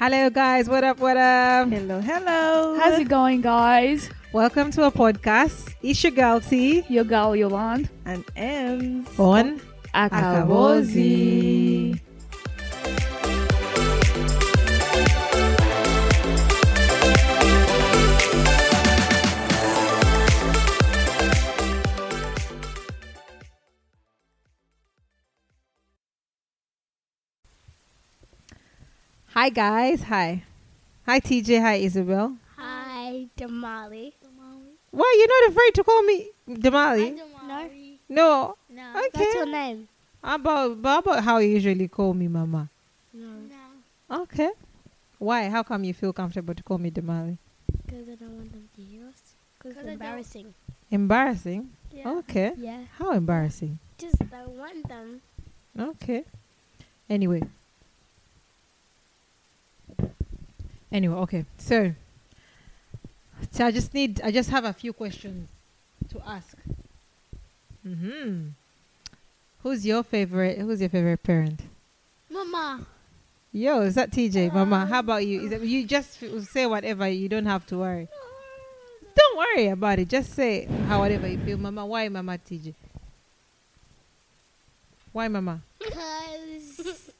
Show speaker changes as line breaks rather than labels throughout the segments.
Hello, guys. What up? What up?
Hello, hello.
How's it going, guys?
Welcome to a podcast. It's your girl T
Your girl Yolande.
and M's.
on
Akabozi.
Hi, guys. Hi. Hi, TJ. Hi, Isabel.
Hi, Damali.
Why you're not afraid to call me Damali?
Damali.
No.
No,
Okay.
That's your name.
How about, how about how you usually call me Mama?
No.
Okay. Why? How come you feel comfortable to call me Damali?
Because I don't want them to hear us. Because it's embarrassing.
Embarrassing.
Yeah.
Okay.
Yeah.
How embarrassing?
Just don't want them.
Okay. Anyway. Anyway, okay. So, so I just need I just have a few questions to ask. Mhm. Who's your favorite who's your favorite parent?
Mama.
Yo, is that TJ, Mama? How about you? Is it, you just f- say whatever. You don't have to worry. Don't worry about it. Just say how whatever you feel, Mama. Why, Mama TJ? Why, Mama?
Because.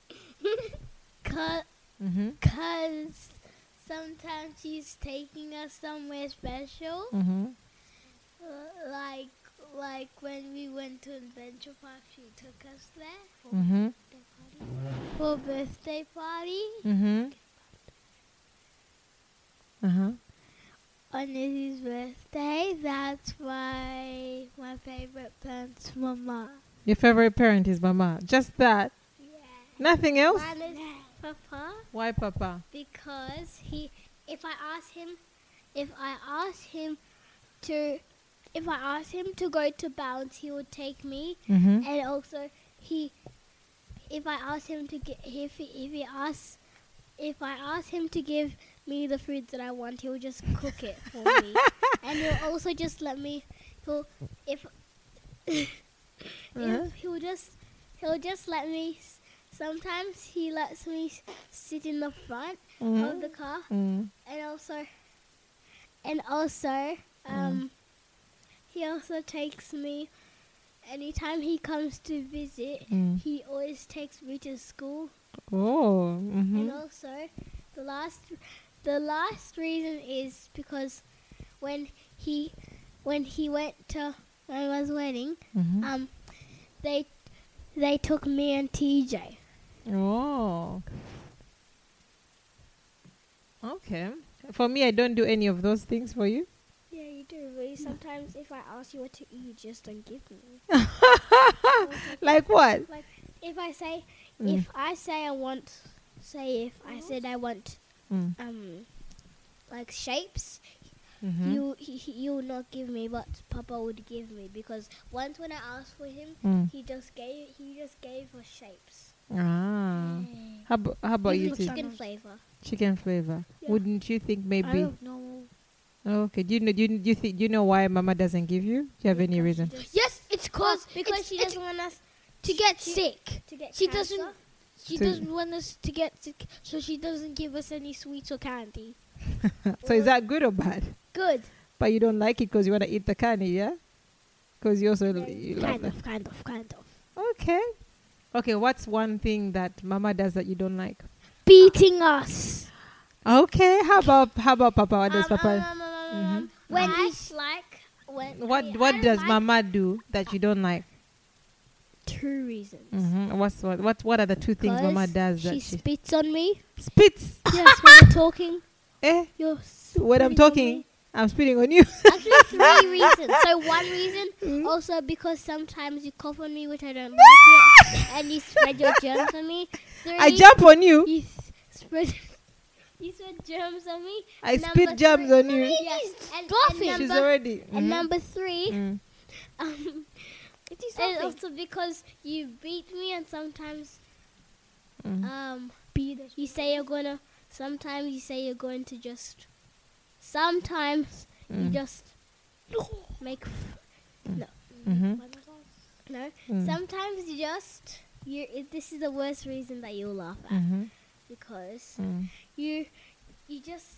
Because.
Mhm.
Sometimes she's taking us somewhere special.
Mhm.
L- Like. Like when we went to Adventure Park, she took us there for
Mhm.
for birthday party.
Mhm. Uh huh.
on Izzy's birthday. That's why my favorite plant's Mama.
Your favorite parent is Mama. Just that.
Yeah.
Nothing else.
One is Papa
Why, Papa?
because he, if I ask him, if I ask him to, if I ask him to go to bounce, he will take me.
Mhm.
And also he, if I ask him to get, if he, if he asks, if I ask him to give me the food that I want, he'll just cook it for me. and he'll also just let me. He'll if
Uh-huh.
if he'll just he'll just let me. s- Sometimes he lets me s- sit in the front of
Mhm.
the car,
Mm.
and also and also um he also takes me. Anytime he comes to visit,
Mm.
he always takes me to school.
Oh.
And
Mhm.
also, the last the last reason is because when he when he went to my mother's wedding,
Mhm.
um, they they took me and TJ.
Oh. Okay. For me, I don't do any of those things for you.
Yeah, you do. Really, sometimes if I ask you what to eat, you just don't give me.
Like what?
Like if I say
Mm.
if I say I want say if I said I want
Mm.
um like shapes,
Mhm.
you he, he, you will not give me what Papa would give me because once when I asked for him,
Mm.
he just gave he just gave us shapes.
Ah.
Mm.
How, abo- how about
Give
you,
me
too?
chicken flavor.
Chicken flavor.
Yeah.
Wouldn't you think
I
maybe?
don't know.
Okay. Do you know? Do you, do you think? Do you know why Mama doesn't give you? Do you have any reason?
Yes, it's cause
Oh, because
it's-
she
it's
doesn't want us
to get sick.
to get
She
cancer.
doesn't. She
So-
doesn't want us to get sick, so she doesn't give us any sweets or candy.
so is that good or bad?
Good.
But you don't like it because you want to eat the candy, yeah? Because you also l- you love
Kind
that.
of, kind of, kind of.
Okay. Okay. What's one thing that Mama does that you don't like?
Beating us.
Okay. How about how about Papa? What does
Um,
Papa? Mm-hmm.
um, um, um, um, um, When I like when
What
I mean, I
what
don't
does
like-
Mama do that you don't like?
Two reasons.
hmm What's what, what what are the two things Mama
Because
does
she
that she
spits on me.
spits?
yes, when I'm talking.
Eh,
You're
when I'm
spitting on
talking,
me.
I'm spitting on you.
Actually, three reasons. So one reason,
Hmm?
also because sometimes you cough on me, which I don't like it, and you spread your germs on me. Three,
I jump on you.
You s- spread. You spread germs on me.
I
Number
spit germs
three-
on you.
Yes, and, and
Buffy.
number,
She's already.
and
Mhm.
number three,
Mm.
um,
It is
and
nothing.
also because you beat me, and sometimes,
Mhm.
um, you say you're gonna. Sometimes you say you're going to just. Sometimes you
Mm.
just make. F-
Mhm.
No.
Mm.
Sometimes you just You're, it, this is the worst reason that you'll laugh at
Mm-hmm.
because
Mm.
you you just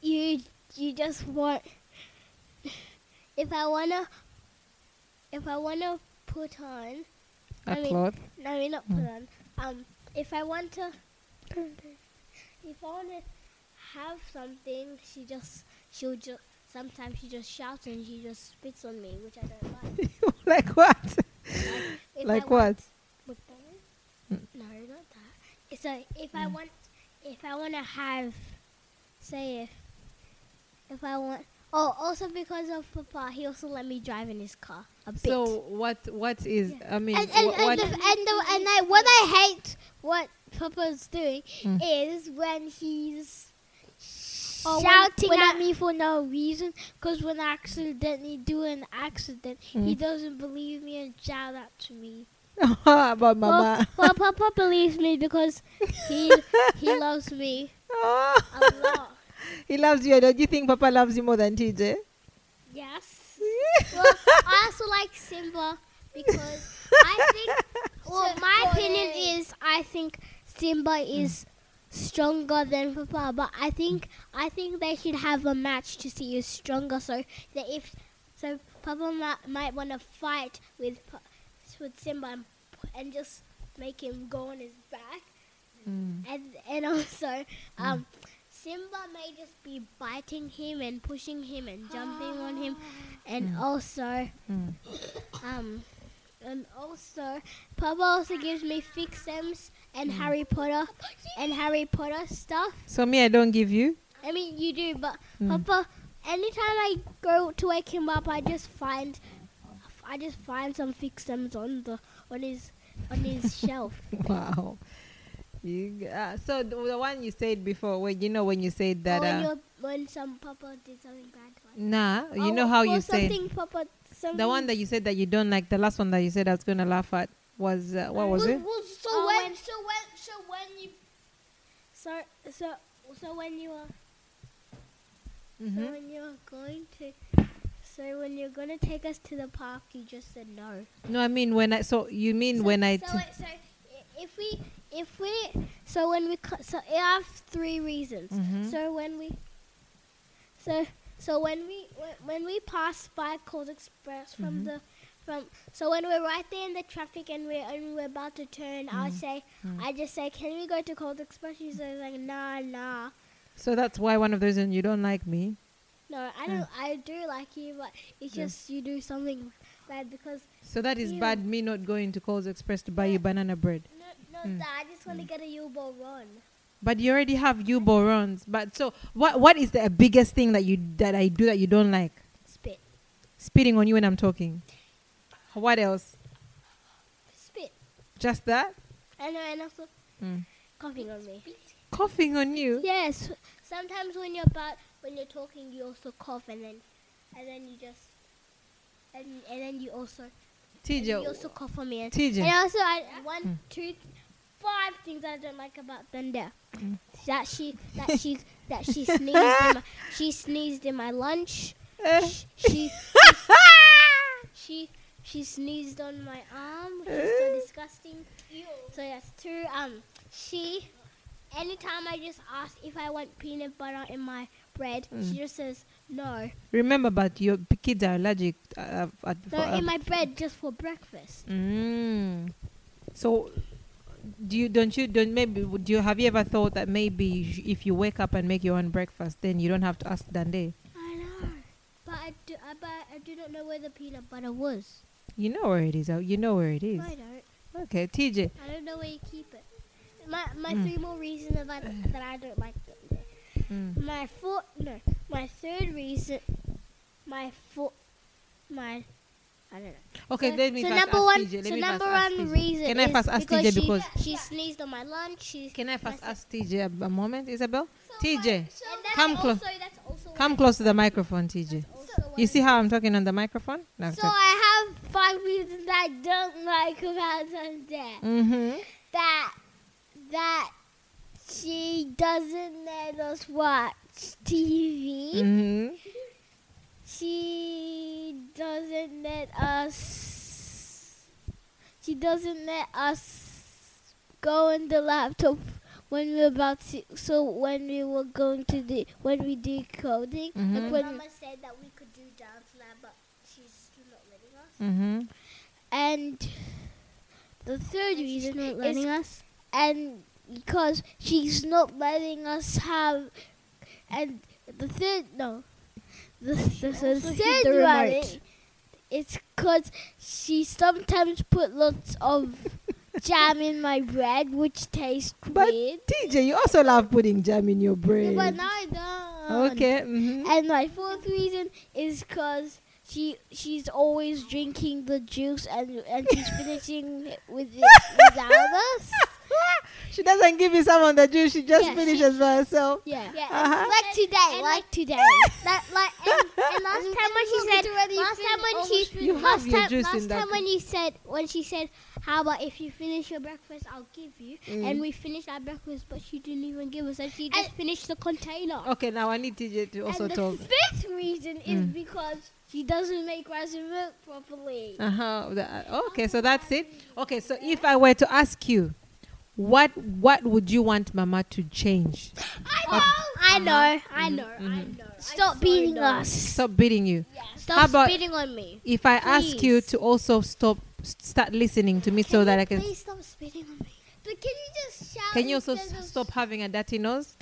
you you just want if I wanna if I wanna put on I
A Hmm.
mean-
cloth.
no I mean not put on um if I want to if I wanna have something she just she'll just sometimes she just shouts and she just spits on me which I don't like.
like what?
If I
like
want-
what?
McDonald's?
Mm.
No, not that. So if I want, if I want to have, say if, if I want. Oh, also because of Papa, he also let me drive in his car a bit.
So what? What is? I mean,
And and
wha-
and,
what?
the, and, the, and I, what I hate what Papa's doing
Mm.
is when he's
Hmm. Oh, when-
shouting
when
at
I-
me for no reason. Because when I accidentally do an accident, he
Hmm.
Mm.
doesn't believe me and shout out to me.
but
well,
mama.
well, Papa believes me because he he loves me a lot.
he loves you. Don't you think Papa loves you more than TJ?
Yes. well, I also like Simba because
I think.
Well, my opinion is I think Simba is stronger than Papa, but I think I think they should have a match to see who's stronger. So that if so, Papa might, might want to fight with Pa- with Simba and, and just make him go on his back, and and also um. Simba may just be biting him and pushing him and jumping on him, and also
Mm.
um, and also, Papa also gives me fixems and
Mm.
Harry Potter and Harry Potter stuff.
So me, I don't give you.
I mean, you do, but
Mm.
Papa, anytime I go to wake him up, I just find, I just find some fixems on the on his on his shelf.
Wow. You, g- uh, so the, the one you said before, where you know when you said
Or
that.
when,
Uh,
Oh, your- when some Papa did something bad. to us.
nah, you
Or-
know how
or
you said
something Papa something.
the one that you said that you don't like. The last one that you said I was gonna laugh at was uh, what was it?
so,
Oh,
when,
when-
so when so when you
so so so when you were So
Mm-hmm.
when you're going to, so when you're gonna take us to the park, you just said no.
No, I mean when I. So you mean when I? T-
So, it- so i- if we, if we, so when we, co- so I have three reasons.
Mhm.
So when we, so so when we when- when we pass by Cold Express
Mm-hmm.
from the from so when we're right there in the traffic and we're and we're about to turn, I'll
Mm-hmm.
say I just say, can we go to Cold Express? She says like nah nah.
so that's why one of those and you don't like me.
No, I don't. I do like you, but it's
Mm. Yeah.
just you do something bad because
So that is
Ew.
bad. Me not going to Coles Express to buy you banana bread.
no, no,
Mm.
Dad. I just want to get a U-boat run.
But you already have you borons. But so what? What is the biggest thing that you that I do that you don't like?
Spit,
Spitting on you when I'm talking. What else?
spit,
Just that?
and and also
Mm.
coughing on me.
Coughing on you?
Yes. Sometimes when you're about when you're talking, you also cough, and then and then you just and and then you also and you also
TJ.
cough on me. And,
TJ.
and also, I one, two, five things I don't like about Thunder. That she that she that she sneezed. in my, she sneezed in my lunch.
Eh,
Sh- she, she she sneezed on my arm, which is so disgusting. So yes, two. Um, she. Anytime I just ask if I want peanut butter in my bread,
Mm.
she just says no.
remember, but your p- kids are allergic. Uh, at, for,
No,
uh,
in my bread just for breakfast.
mm. So, do you don't you don't maybe do you have you ever thought that maybe you sh- if you wake up and make your own breakfast, then you don't have to ask Dande?
I know, but I do. I, but I do not know where the peanut butter was.
You know where it is. uh, You know where it is.
No, I don't.
Okay, TJ.
I don't know where you keep it. My my three more reasons about that I don't like them.
Mm.
My four no, my third reason, my four, my I don't know.
Okay,
so,
let me
so
first
number
ask
one,
TJ. Let
so
me
number
first ask
one
TJ.
reason
Can I
is
first ask
because
TJ
she,
because
she sneezed on my lunch. She
can I first ask TJ a, a moment, Isabel?
So
TJ,
and that's
come close.
also- that's also
Come
why-
close to the microphone, TJ.
also why-
You see how I'm talking on the microphone? No,
So I have five reasons I don't like about Sunday.
mm-hmm.
That that she doesn't let us watch TV.
Mm-hmm.
She doesn't let us.
she doesn't let us go in the laptop when we we're about to. So when we were going to the when we did
Mhm.
coding,
Mm-hmm.
like when
Mama said that we could do dance lab, but she's still not letting us.
Mm-hmm.
and the
And
third
she's
reason
not
is
letting us.
and because she's not letting us have and the third no the, the, the
also hid
third
the
one
remote.
i- it's because she sometimes put lots of jam in my bread which tastes
But-
weird
TJ, you also love putting jam in your brain.
but now i don't
okay. Mm-hmm.
and my fourth reason is because she she's always drinking the juice and and she's finishing it with it without us.
she doesn't give you some on the juice. She just
Yeah,
finishes by herself.
Yeah.
Yeah,
Uh-huh.
Like today,
and
like today.
That like and, and last time when she said last time when she
You have
last
your
time,
juice
last
in that
time when you said when she said how about if you finish your breakfast I'll give you
Mm.
and we finished our breakfast but she didn't even give us and she just finished the container.
Okay, now I need TJ to also
and the
talk.
fifth reason is
Mm.
because she doesn't make rice and milk properly.
Uh-huh. That- Okay, so that's it. Okay, so if I were to ask you, what what would you want Mama to change?
I know. I know. I know. I
mhm.
know. I
Stop
so
beating
know.
us.
Stop beating you. How
Stop
about-
spitting on me.
If I ask you
Please.
to also stop, s- start listening to me, so that I can.
Please stop spitting on me. But can you just shout?
Can you also
instead
s-
of-
stop having a dirty nose?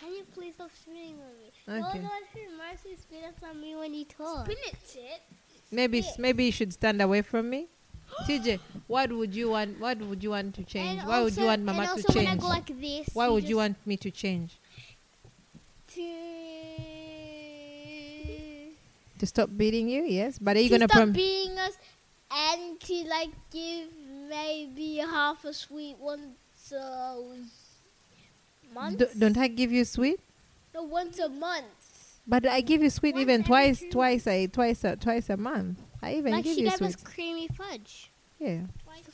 Can you please stop spitting on me?
Okay.
No one who mercy spits on me when he talks.
Maybe s- maybe you should stand away from me. TJ, what would you want? What would you want to change?
And
Why would you
also-
want Mama
and
to
also when I
change?
go like this,
Why would you
just
want me to change?
to?
To stop beating you? Yes, but are you
to
gonna
stop
prom-
beating us and to like give maybe half a sweet once a month.
Do- don't I give you sweet?
no, once a month.
But I give you sweet
Once
even
every
twice,
two
twice a twice a twice a month. I even
Like
give
she
you
gave us
sweet.
creamy fudge.
Yeah.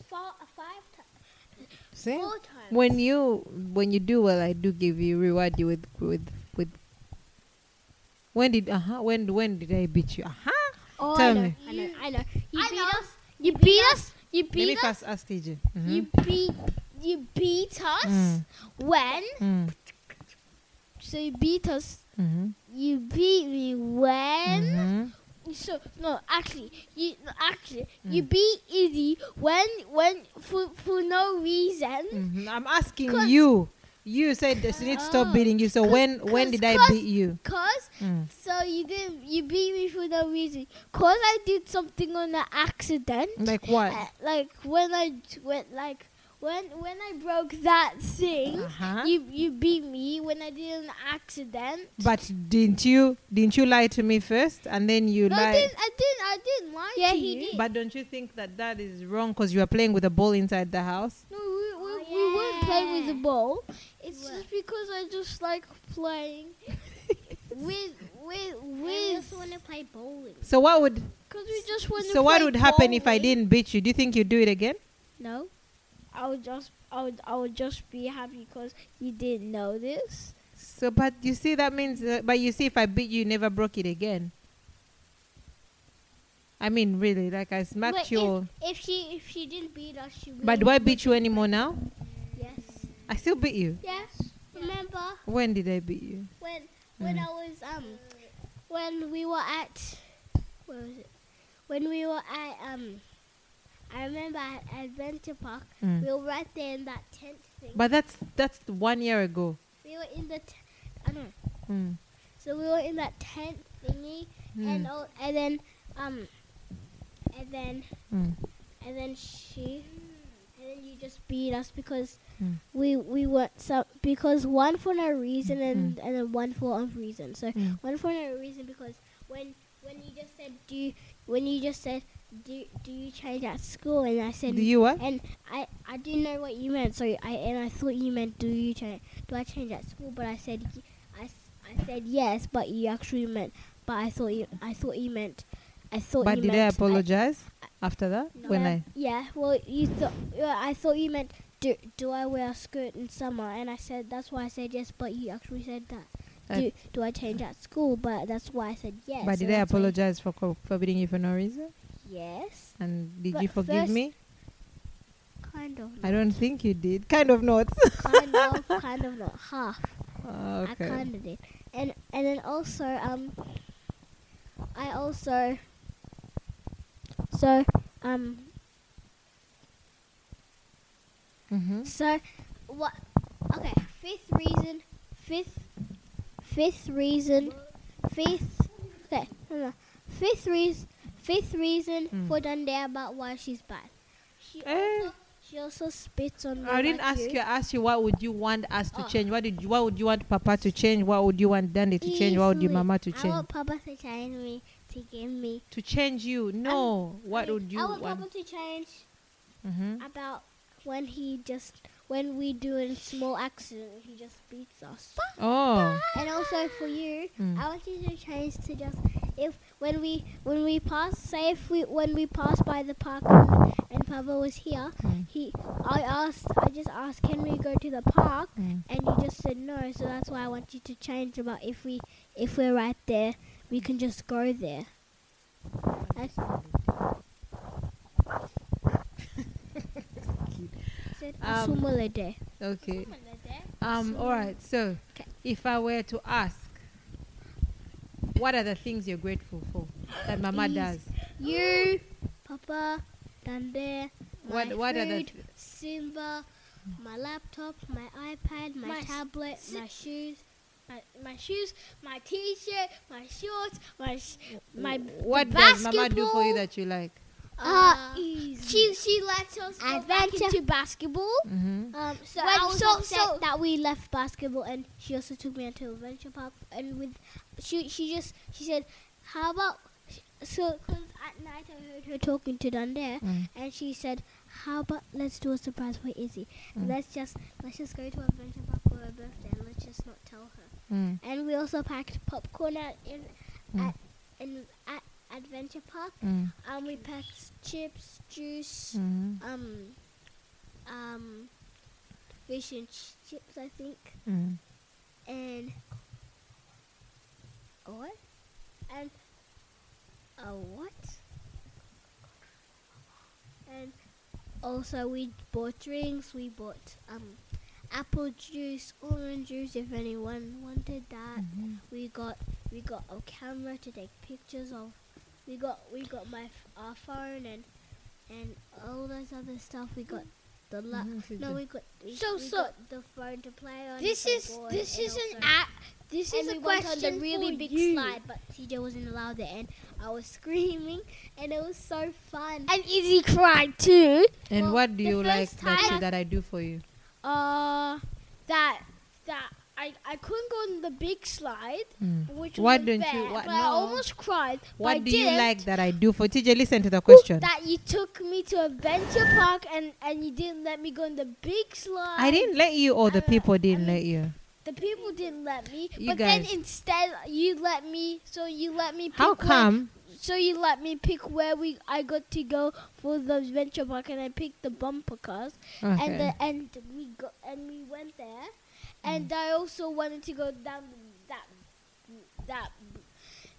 Four, five times.
See,
Four times.
when you when you do well, I do give you reward you with with with. When did uh huh? When when did I beat you? Uh huh.
Oh,
Tell
I know,
me.
I know. I know. You
I
beat
know.
us. You beat us.
You
Let me
beat us.
first ask TJ. Mhm.
You beat. You beat us
Mm.
when.
Mm.
So you beat us.
Mhm.
You beat me when.
Mhm.
So no, actually, you no, actually
Hmm.
you beat Izzy when when for for no reason.
Mhm. I'm asking
'Cause-
you. You said that you need to stop
Oh.
beating you. So when when
cause-
did I
cause-
beat you?
Cause
Mm.
so you didn't you beat me for no reason. Cause I did something on an accident.
Like what?
Uh, like when I d- when like when when I broke that thing.
Uh-huh.
eh, You you beat me when I did an accident.
But didn't you didn't you lie to me first and then you
No, I
lie?
didn't. I didn't. I didn't lie
Yeah,
to
he
you.
did.
But don't you think that that is wrong because you are playing with a ball inside the house?
No, we, we,
Oh,
we weren't playing with the
yeah.
ball. It's
What?
just because I just like playing with with
We
with
also want to play bowling.
So what would
because we just want to.
so what would happen if
eh?
I didn't beat you? Do you think you'd do it again?
No, I would just I would I would just be happy because you didn't know this.
So but you see that means uh, but you see if I beat you, you never broke it again. I mean, really, like I smacked
But
you,
if-
all.
If she if she didn't beat us, she
but do I beat you anymore now?
Yes.
I still beat you.
Yes. Remember
When did I beat you?
when when
Mm.
I was um when we were at where was it? When we were at um I remember at Adventure Park.
Mm.
We were right there in that tent thing.
But that's that's one year ago.
we were in the t- I don't know.
Mm.
So we were in that tent thingy and
Mm.
all, and then um and then
Mm.
and then she and then you just beat us because
Mm.
we we weren't so because one for no reason and and then one for a reason. So
Mm.
one for no reason because when when you just said do you, when you just said do do you change at school and I said
Do you what?
and I I didn't know what you meant. So I and I thought you meant do you change do I change at school? But I said y- I, s- I said yes, but you actually meant. But I thought you I thought you meant. I thought
But
you
did
meant
I apologize after that?
No.
When
yeah,
I
yeah, well, you thought yeah, I thought you meant do do I wear a skirt in summer? And I said that's why I said yes, but you actually said that.
I-
Do, do I change at school? But that's why I said yes.
Uh, but
so
did I
that's why-
apologize for co- forbidding you for no reason?
Yes,
And did
But
you forgive
first-
me?
kind of.
I don't think you did. Kind of not. Oh,
kind of, kind of not half. I
okay.
kind of did, and and then also um, I also so um
Mm-hmm.
so what? Okay, fifth reason, fifth, fifth reason, fifth. Okay, no, no, fifth reason, fifth reason
Mm.
for Dundee about why she's bad. She
Eh.
also, she also spits on. me
I didn't
like
ask you. I asked you what would you want us to
Oh.
change? What did you, what would you want Papa to change? What would you want Dandy to change? What would you
Easily.
Mama to
I
change?
want Papa to change me to give me.
to change you? No. what
I-
would you
I want
want?
Papa to change
Mm-hmm.
about when he just when we do a small accident, he just beats us.
Oh.
And also for you,
Mm.
I want you to change to just if when we when we pass, say if we when we pass by the park and Papa was here,
Mm.
he I asked I just asked can we go to the park
Mm.
and you just said no, so that's why I want you to change about if we if we're right there, we can just go there. I- said
Um,
"Sumolede."
Okay. Um. All right. So,
'Kay.
if I were to ask, what are the things you're grateful for that Mama
Easy.
does?
You, Papa, Dande, my
What What are the
food, Simba, my laptop, my iPad, my,
My s-
tablet,
s-
my shoes.
My, my shoes, my T-shirt, my shorts, my sh- my
What does Mama do for you
basketball.
that you like?
uh,
easy.
she she lets us go back
Adventure.
into basketball.
Mm-hmm.
Um, so
When-
I was
so-
upset
so-
that we left basketball, and she also took me onto adventure park. And with she, she just she said, "How about?" So, because at night I heard her talking to Dundee,
Mm.
and she said, "How about let's do a surprise for Izzy?
Mm.
Let's just let's just go to adventure park for her birthday, and let's just not tell her."
Mm.
And we also packed popcorn at in
Mm.
at in at adventure park,
Mm.
and we packed chips, juice,
Mm-hmm.
um, um, fish and ch- chips, I think,
Mm.
and a what? And a what? And also we bought drinks. We bought um, apple juice, orange juice, if anyone wanted that.
Mm-hmm.
Mhm.
We got we got a camera to take pictures of. We got we got my f- our phone and and all those other stuff. We got the la-
Mhm, so
no,
the-
we got we,
So-
we
so-
got the phone to play on.
This
the
is
board
this
and
is an
also-
app. This
and
is
we
a
went
question
on the really
for
big
you.
slide, but TJ wasn't allowed there, and I was screaming, and it was so fun.
And Izzy cried too.
And
Well,
what do
the
you like
first
that, you,
time-
that I do for you?
Uh, that that I I couldn't go on the big slide,
Mm.
which
Why
was
don't you-
bad,
why-
but I
no.
almost cried. but I
What do you
didn't.
like that I do for TJ? Listen to the question.
That you took me to Adventure Park and and you didn't let me go on the big slide.
I didn't let you, or the
I-
people didn't
I-
let you.
The people didn't let me.
You
but then
guys.
instead you let me. So you let me. Pick
How
where-
come?
so you let me pick where we I got to go for the Adventure Park and I picked the bumper cars
Okay. Mm.
and the, and we got and we went there and I also wanted to go down that that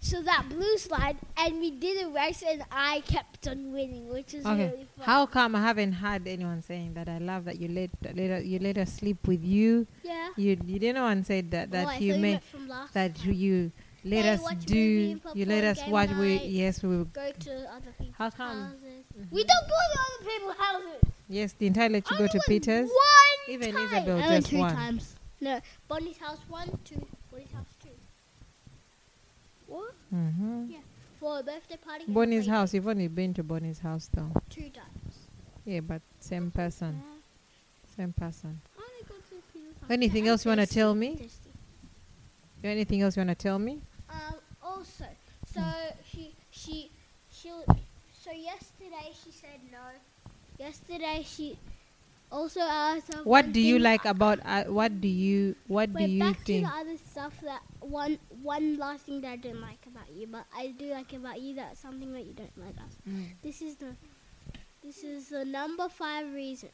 so that blue slide and we did a race and I kept on winning, which is
Okay.
really fun.
How come I haven't had anyone saying that I love that you let that let her, you let her sleep with you?
yeah.
You you didn't one said that that
oh, I
you
thought
made
meant from last
that
time.
you, you let
Yeah, you
us
watch movie
do
and
you let
popcorn,
us
game
watch we
night.
yes we
go to other people's
How come? Mm-hmm.
houses.
We don't go to other people's houses.
yes the entire let you go
Only
to
Oh,
went
Peter's
One
even
time.
Isabel
I went
just
two
one.
times. No, Bonnie's house one, two. Bonnie's house two.
What?
hmm
For a birthday party. and
Bonnie's
play
house. You've only been to Bonnie's house though.
Two times.
Yeah, but same person, same person.
I
Oh,
want to go to Peter's house.
Anything
Yeah,
else you wanna
thirsty,
tell me?
thirsty.
You anything else you wanna tell me?
Um, also, so she she she so yesterday she said no. Yesterday she also
Uh,
asked. her
What
one
do you
thing-
like about uh, what do you what do
Wait,
you
back
think?
to the other stuff that one one last thing that I don't like about you, but I do like about you that's something that you don't like us.
Mm.
This is the this is the number five reason.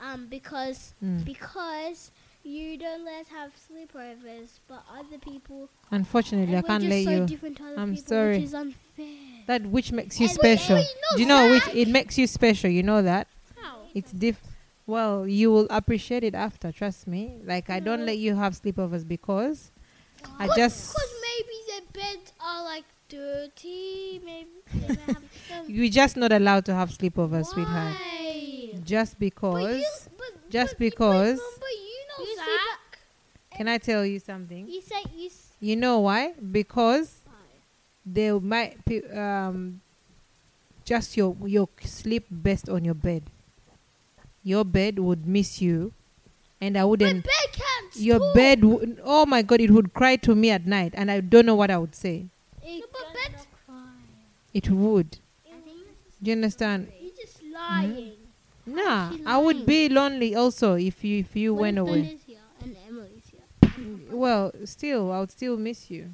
Um, because
Mm.
because you don't let us have sleepovers, but other people.
Unfortunately, I
and we're
can't
just
let
so
you.
different to other
I'm
people,
sorry.
which is unfair.
That which makes you
And-
special.
Wait,
Do you know which it makes you special? You know that
How?
it's diff. Well, you will appreciate it after. Trust me. Like I
Mm-hmm.
don't let you have sleepovers because I just
Because maybe their beds
uh,
are like dirty. Maybe they don't have them.
you're just not allowed to have sleepovers, sweetheart.
Why?
Just
But
because.
you, but,
just
but you-
because-
But, but you know
You
that.
Can I tell you something?
You say you. s-
You know why? Because they might pe- um just your your sleep best on your bed. Your bed would miss you, and I
My
wouldn't.
bed can't.
Your
talk.
bed, would, oh my god, it would cry to me at night, and I don't know what I would say.
It
No, but
can't
bed-
cry.
It would.
I think
Do you understand? Mm-hmm.
you're just lying.
Nah,
she
I would
lying?
be lonely also if you if you
What
went
if Ben
away.
is here and Emily's here?
Well, still, I would still miss you.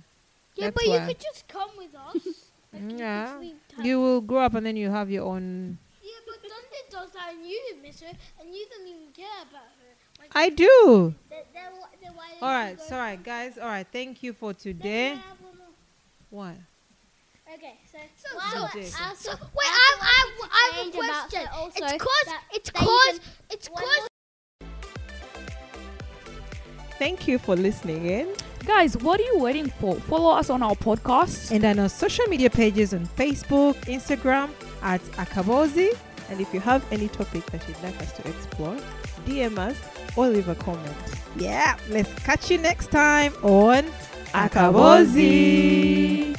Yeah,
That's
but you
why.
could just come with us. Like, you could
Yeah.
sleep tight.
You will grow up, and then you have your own.
Yeah, but Thunder does that and you didn't miss her and you don't even care about her. Like,
I do.
Then- then wh- then why don't
All
you
right,
go-
so all right, guys. All right, thank you for
Then
today.
I have one more.
What?
Okay, so so,
so-
so,
wait, I, I, I have a question. it's cause, it's
that you
cause, it's
one
cause
Thank you for listening in.
Guys, what are you waiting for? Follow us on our podcast.
And on our social media pages on Facebook, Instagram at Akabozi.
And if you have any topic that you'd like us to explore, DM us or leave a comment.
Yeah, let's catch you next time on Akabozi.